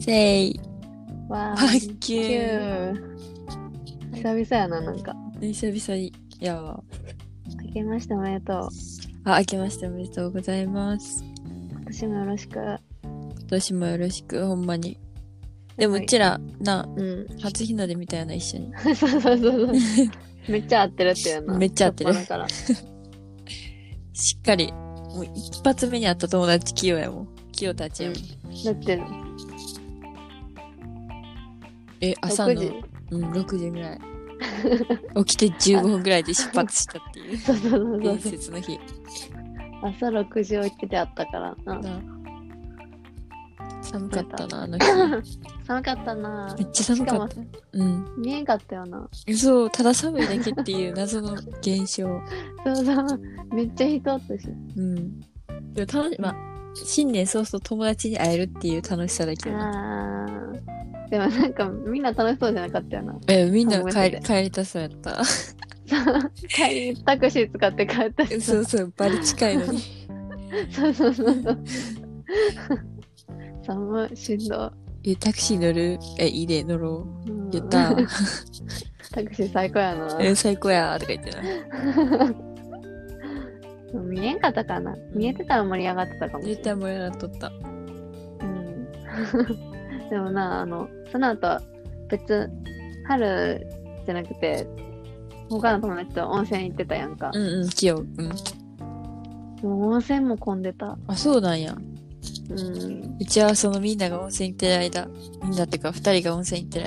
せい。わバーッキキュー。ュー久々やな、なんか。久々に。いや明けましておめでとう。あ、明けましておめでとうございます。今年もよろしく。今年もよろしく、ほんまに。でも、はいうちら、な、うん。初日の出みたいな、一緒に。そうそうそうそう。めっちゃ合ってるっていうな。めっちゃ合ってる初っ端から。しっかり、もう一発目に会った友達、キヨやもん。キヨたちやもん。だって、え、朝6の、時。うん、6時ぐらい。起きて15分ぐらいで出発したっていう そうそうそうそう伝。説の日。朝6時起きてあったからな。な寒かったな、あの日。寒かったなめ。っちゃ寒かっしかた。うん。見えんかったよな。そう、ただ寒いだけっていう謎の現象。そうそう。めっちゃ人おったし。うん。でも楽し、まあ、新年早々友達に会えるっていう楽しさだけどな。あーでもなんかみんな楽しそうじゃなかったよ な。え、みんなあごめ帰んなり、帰りたそうやった。帰りタクシー使って帰ったし。 そうそう、バリ近いの に。そうそうそうそう。寒い、しんどえ、タクシー乗るえ、いいで、乗ろい。うんう。言った。タクシー最高やな。え、最高やとか言ってな。見えんかったかな。見えてたら盛り上がってたかもしれ絶ない。対盛り上がっとった。うん でもなあのその後別春じゃなくて他の友達と温泉行ってたやんか、うんうん、きよ。うん。もう温泉も混んでたあ、そうなんや。うんうちはそのみんなが温泉行ってる間、みんなっていうか二人が温泉行ってる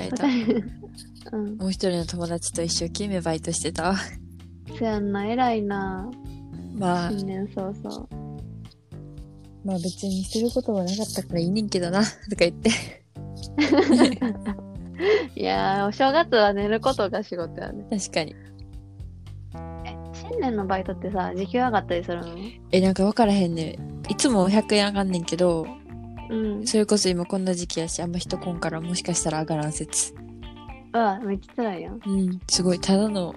間、うんもう一人の友達と一生懸命バイトしてたわ。せやんな偉いなまあ、新年早々まあ別にすることはなかったからいいねんけどな、とか言って。いやーお正月は寝ることが仕事やね確かに。え新年のバイトってさ時給上がったりするのえ、なんか分からへんねん。いつも100円上がんねんけど、うんそれこそ今こんな時期やし、あんま人来んからもしかしたら上がらん説。うわめっちゃ辛いやんうん、すごい、ただの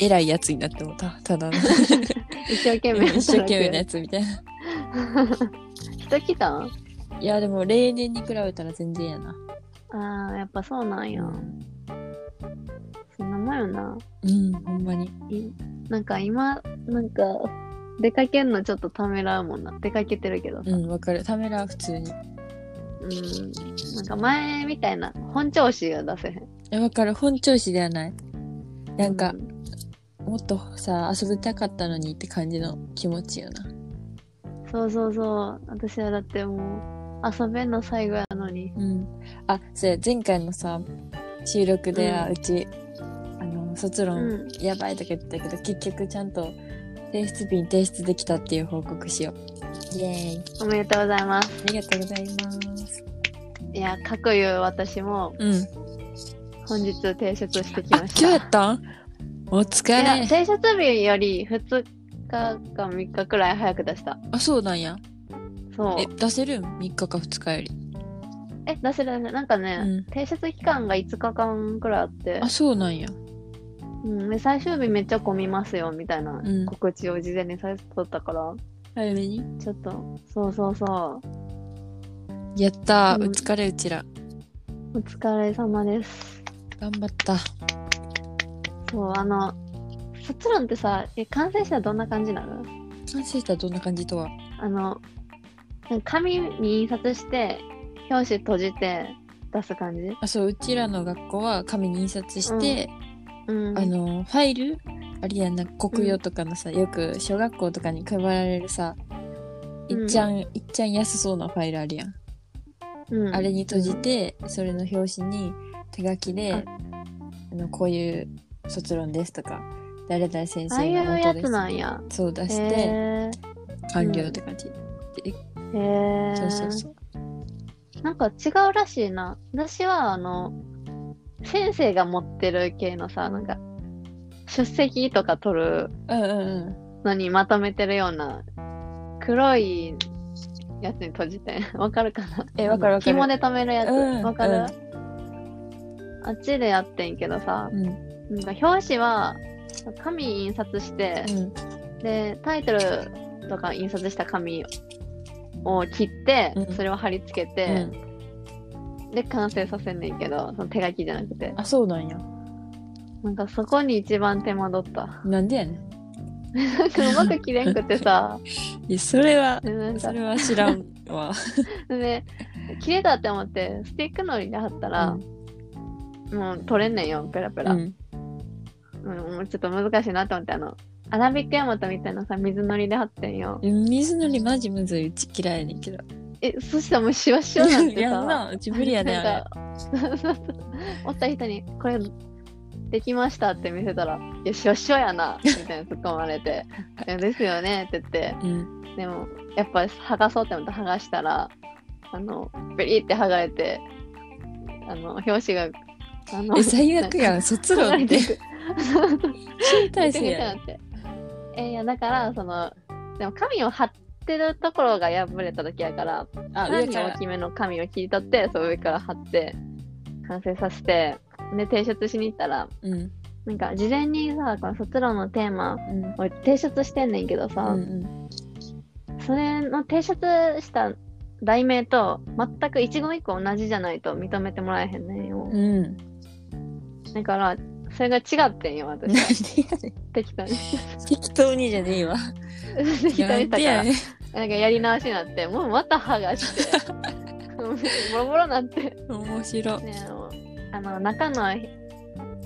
偉いやつになってもた。た だの一生懸命一生懸命なやねつみたいな。 人来たんいや、でも例年に比べたら全然やな。あーやっぱそうなんやう、そんなもんよなんほんまに。いなんか今なんか出かけんのちょっとためらうもんな出かけてるけどさ、うん、わかる。ためらは普通に。うん、なんか前みたいな本調子が出せへんえ、わかる。本調子ではない。なんかう、んもっとさ、遊びたかったのにって感じの気持ちよな。そうそうそう私はだってもう遊べんの最後やのにうん。あ、そうや、前回のさ、収録で、うんあうち、あの、卒論、うんやばいとか言ってたけど、結局ちゃんと、提出日に提出できたっていう報告しよう。イエーおイ。めでとうございますありがとうございます。いやかくいう私もうん。本日提出してきあ、ま今し日たやったんお疲いやれ。提出日より2日か3日くらい早く出したあ、そうなんや。そうえ、出せるん ?3 日か2日より。え出せる出せるなんかね、うん提出期間が5日間くらいあってあ、そうなんや。うん、で最終日めっちゃ混みますよみたいなうん告知を事前にされてたから、早めにちょっとそうそうそやったー。うんお疲れ、うちら。うお疲れ様です頑張った。そうあの卒論ってさえ完成したらどんな感じなの完成したらどんな感じとはあのなんか紙に印刷して表紙閉じて出す感じあそううちらの学校は紙に印刷して、うんあのファイルあれやんな国用とかのさ、よく小学校とかに配られるさいうんっちゃん、いっちゃん安そうなファイルあるやん、うんあれに閉じてそれの表紙に手書きでああのこういう卒論ですとか誰々先ああい生うがや元つでなすんやそう出へして、え完了って感じ、へえそうそうそうなんか違うらしいな。私は、あの、先生が持ってる系のさ、なんか、出席とか取るうんうんうんのにまとめてるような、黒いやつに閉じてん。わかるかなえわかるわかる紐で留めるやつ。うんわ、かる、うんあっちでやってんけどさ、うんなんか表紙は、紙印刷して、うんで、タイトルとか印刷した紙を切って、うんそれを貼り付けて、うんで完成させんねんけど、その手書きじゃなくて。あ、そうなんや。なんかそこに一番手間取った。 なんでやねん。なんかうまく切れんくてさ、いや、それは、でなんそかれは知らん わ。で、切れたって思って、スティックのりで貼ったら、もう取れんねんよ、ペラペうラ。ん。うん、もうちょっと難しいなと思って、あの、アラビックヤマトみたいなさ、水のりで貼ってんよ。水のりマジむずい。うち嫌いやねんけど。え、そしたらもうシワシワなんてさ。やんな。うち無理やねん、なあんか おった人に、これ、できましたって見せたら、いや、しょしょやな、みたいな突っ込まれて、 いやですよねって言って、れ。うん。でも、やっぱ剥がそうって思って剥がしたら、あの、ベリって剥がれて、あの、表紙が、あのえ、最悪やん。卒剥 が論れっていて。く。新体制めちゃめちゃやなって。えいや、だから、その、でも紙を貼ってるところが破れただけやから、ん。あ、さら上にから大。きめの紙を切り取って、そう上から貼って、完成させて、で、提出しに行ったら、うん。なんか事前にさ、この卒論のテーマ、うん。俺提出してんねんけどうさ、んそれの提出した題名と全く一言一句同じじゃないと認めてもらえへんねんようん。。うん。だから、それが違ってんよ、なん私で は。やねん。適当に。適当にじゃねえわ。適当にしたから。ねん。なんかやり直しになって、もうまた剥が して、もうボロボロなって。面白。ねあのあの中の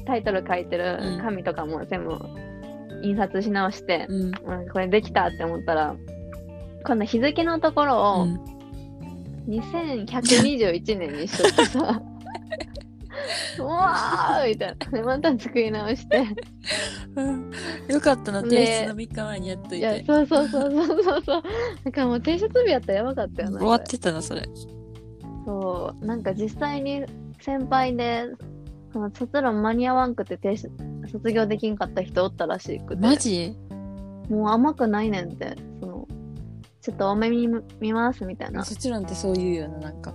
タイトル書いてうるん紙とかも全部印刷し直して、うん。うんこれできたって思ったら今度日付のところうをん2121年にしとって さうわーみたいなでまた作り直してうんよかったな、提出の3日前にやっと いいやて。そうそうそうそうそうそうなんかもう提出日やったらやばかったよな終わってたな、それ。そうなんか実際に先輩でその卒論間に合わんくて提出卒業できんかった人おったらしくてマジもう甘くないねんってそのちょっと多めに見ますみたいなそっちなんてそう言うよな、なんか。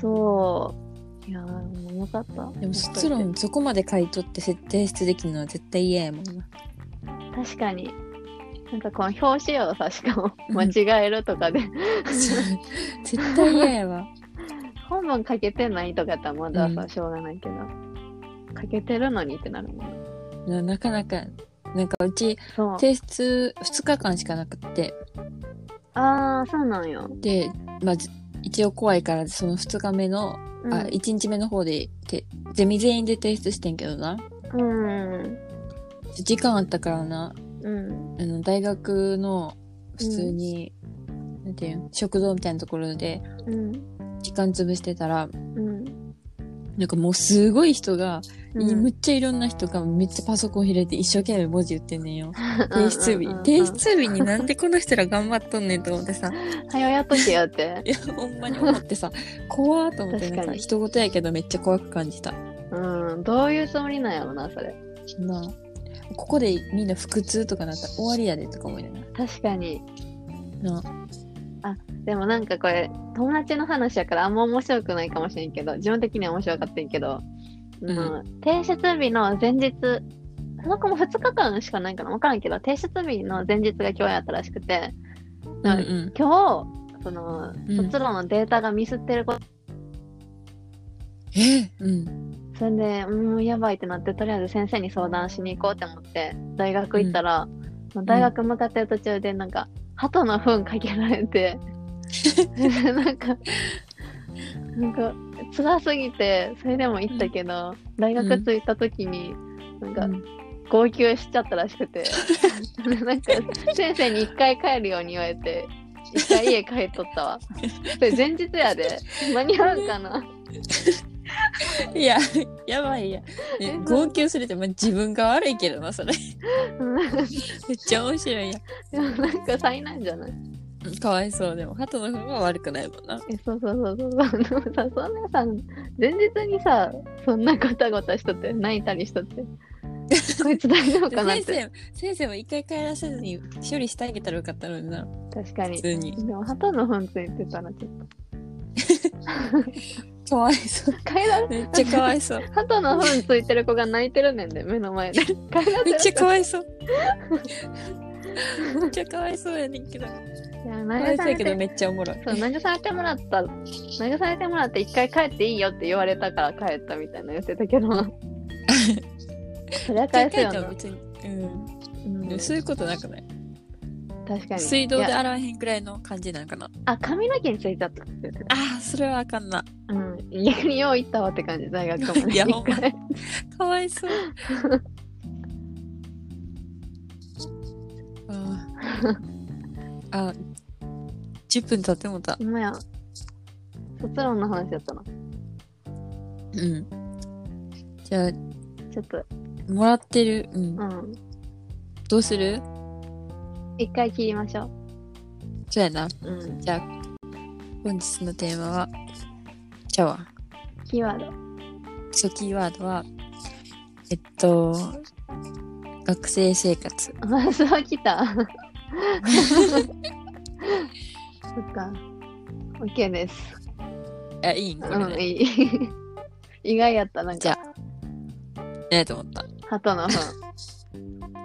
そういやーもうよかったでも卒論そこまで書いとって設定出できるのは絶対嫌やもんな。 確かになんかこの表紙をさしかも間違えるとかで絶対嫌やわ。本文書けてないとかやったらまだうさんしょうがないけど、書けてるのにってなるもんななかなか、なんかうちそう提出2日間しかなくって、ああそうなんよ、で、まあじ一応怖いからその2日目の、うん、あ、1日目の方で、てゼミ全員で提出してんけどな。うん時間あったからな、うんあの大学の普通に、なんていうん食堂みたいなところでうん時間潰してたらうんなんかもうすごい人が、いむうっちゃいろんな人がめっちゃパソコン開いて一生懸命文字言ってんねんよ提提出日提出日になんでこの人ら頑張っとんねんと思ってさはよやっとけよって いやほんまに思ってさ怖ーと思って確かなんにか人事やけどめっちゃ怖く感じたうんどういうつもりなんやろなそれなあここでみんな腹痛とかなったら終わりやでとか思いなが確かにらなあでもなんかこれ友達の話やからあんま面白くないかもしれんけど自分的には面白かったんやけど、うんまあ提出日の前日その子も2日間しかないかな分からんけど提出日の前日が今日やったらしくて、うなんんうかん今日そのうん卒論のデータがミスってること、えうんそれで、うん、やばいってなって、とりあえず先生に相談しに行こうって思って、大学行ったら、その大学向かってる途中で、なんか、鳩の糞かけられて、なんか、なんか、辛すぎて、それでも行ったけど、大学着いた時に、なんうか、ん号泣しちゃったらしくて、なんか、先生に一回帰るように言われて、一回家帰っとったわ。それ前日やで、間に合うかな。 いや、やばいや。ねえ号泣するって、まあ、自分が悪いけどな、それ。うんめっちゃ面白いやでもなんか災難じゃないん。かわいそう。でも、鳩の糞は悪くないもんな。えそうそうそうそうそうでもさそんなさ前日にさそんなごたごたしとって泣いたりしとってこいつ大丈夫かなっ先て生、先生も一回帰らせずに処理してあげたらよかったのにな、確か普に通に。でも鳩の本ついてたらちょっかわいそう。と帰らめっちゃかわいそう。鳩の本ついてる子が泣いてるねんで目の前で帰らめっせち ゃかわいそう。めっちゃかわいそうやねんけど。いやかわい慰そうやめけどてめっちゃおもろい。そう慰めてもらった慰めてもらって一回帰っていいよって言われたから帰ったみたいな言ってたけ どそりゃ一返回す書いよたなら、別に。ううんん。そういうことなくない確かに水道いでや洗わへんくらいの感じなんかな。あ髪の毛についちゃったって言ってたああ、それはあかんな。うん逆によう行ったわって感じ大学もね いやほんま一回かわ いそう。あーあ、10分経ってもうた。ほんまや卒論の話だったなうん。じゃあ、ちょっともらってる。うん。うんどうする一回切りましょそうやな。ううんじゃあ、本日のテーマは、じゃあ、キーワード初キーワードは、えっと、学生生活。あそう来たそっか OK ですあ、いいんこれ、うん、ね。いい。意外やった、なんじか、ゃあ、何やと思った鳩の本。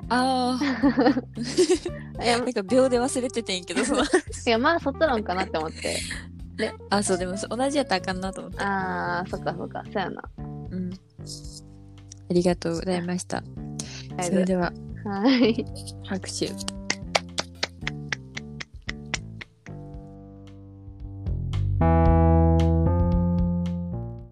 ああ、い や、なんか秒で忘れててんけど、その。いやまあ、卒論かなって思って。あ、そう、でもそう同じやったらあかんなと思って。あー、そっかそっか、そうやな。うん。ありがとうございました。それでは、はい。拍手。